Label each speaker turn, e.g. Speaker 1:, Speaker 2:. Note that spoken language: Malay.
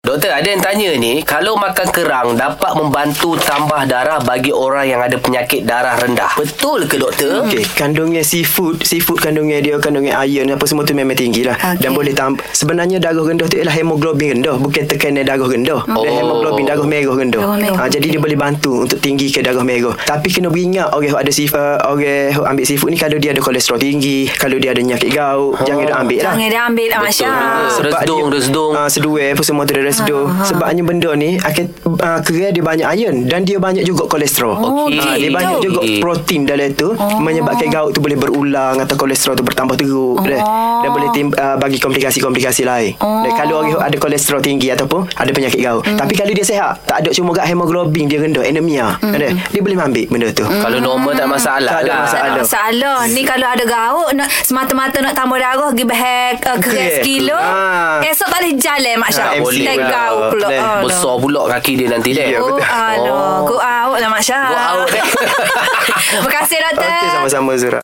Speaker 1: Doktor, ada yang tanya ni, kalau makan kerang dapat membantu tambah darah bagi orang yang ada penyakit darah rendah. Betul ke
Speaker 2: Hmm.
Speaker 1: doktor?
Speaker 3: Okay, kandungan seafood, seafood kandungan dia, kandungan iron apa semua tu memang tinggi lah.
Speaker 2: Okey.
Speaker 3: Dan boleh tam- sebenarnya darah rendah tu ialah hemoglobin rendah, bukan tekanan darah rendah. Oh. Dan
Speaker 1: Oh.
Speaker 3: hemoglobin darah merah rendah.
Speaker 2: Darah merah,
Speaker 3: Ha, jadi dia
Speaker 2: okey.
Speaker 3: boleh bantu untuk tinggi ke darah merah. Tapi kena beringat orang yang ada seafood, orang yang ambil seafood ni kalau dia ada kolesterol tinggi, kalau dia ada penyakit gaut, jangan Ah, dia ambil lah.
Speaker 2: Oh. Jangan dia ambil lah Masya.
Speaker 1: Betul. Resdung, resdung.
Speaker 3: Uh, seduai apa semua tu dia resdung.
Speaker 2: Ha, ha.
Speaker 3: Sebabnya benda ni akan uh, kerana dia banyak iron dan dia banyak juga kolesterol.
Speaker 1: Okey.
Speaker 3: Ah, dia
Speaker 2: gitu.
Speaker 3: banyak juga protein dalam tu menyebabkan gout tu boleh berulang atau kolesterol tu bertambah teruk oh. dan boleh tim, uh, bagi komplikasi-komplikasi lain. Oh. Hmm. Dan kalau orang ada kolesterol tinggi ataupun ada penyakit gout. Tapi kalau dia sihat, tak ada cuma kat hemoglobin dia rendah, anemia. Mm. Dia, dia boleh ambil benda tu.
Speaker 1: Kalau normal tak masalah
Speaker 3: Hmm. Tak ada
Speaker 1: lah.
Speaker 3: masalah.
Speaker 2: Tak ada masalah ah, Ni kalau ada gauk nak, Semata-mata nak tambah darah Pergi behek uh, Keras
Speaker 3: Okey.
Speaker 2: kilo
Speaker 3: Ah.
Speaker 2: Esok tak boleh jalan Masya
Speaker 1: Tak boleh
Speaker 2: Dah
Speaker 1: pula.
Speaker 2: gauk pula
Speaker 3: Dah.
Speaker 2: Alah.
Speaker 1: Besar pula kaki dia nanti deh.
Speaker 2: Oh, alah.
Speaker 1: Oh.
Speaker 2: Go out lah Masya
Speaker 1: Go out, eh.
Speaker 2: Terima kasih Doktor
Speaker 3: Okey, sama-sama Zura.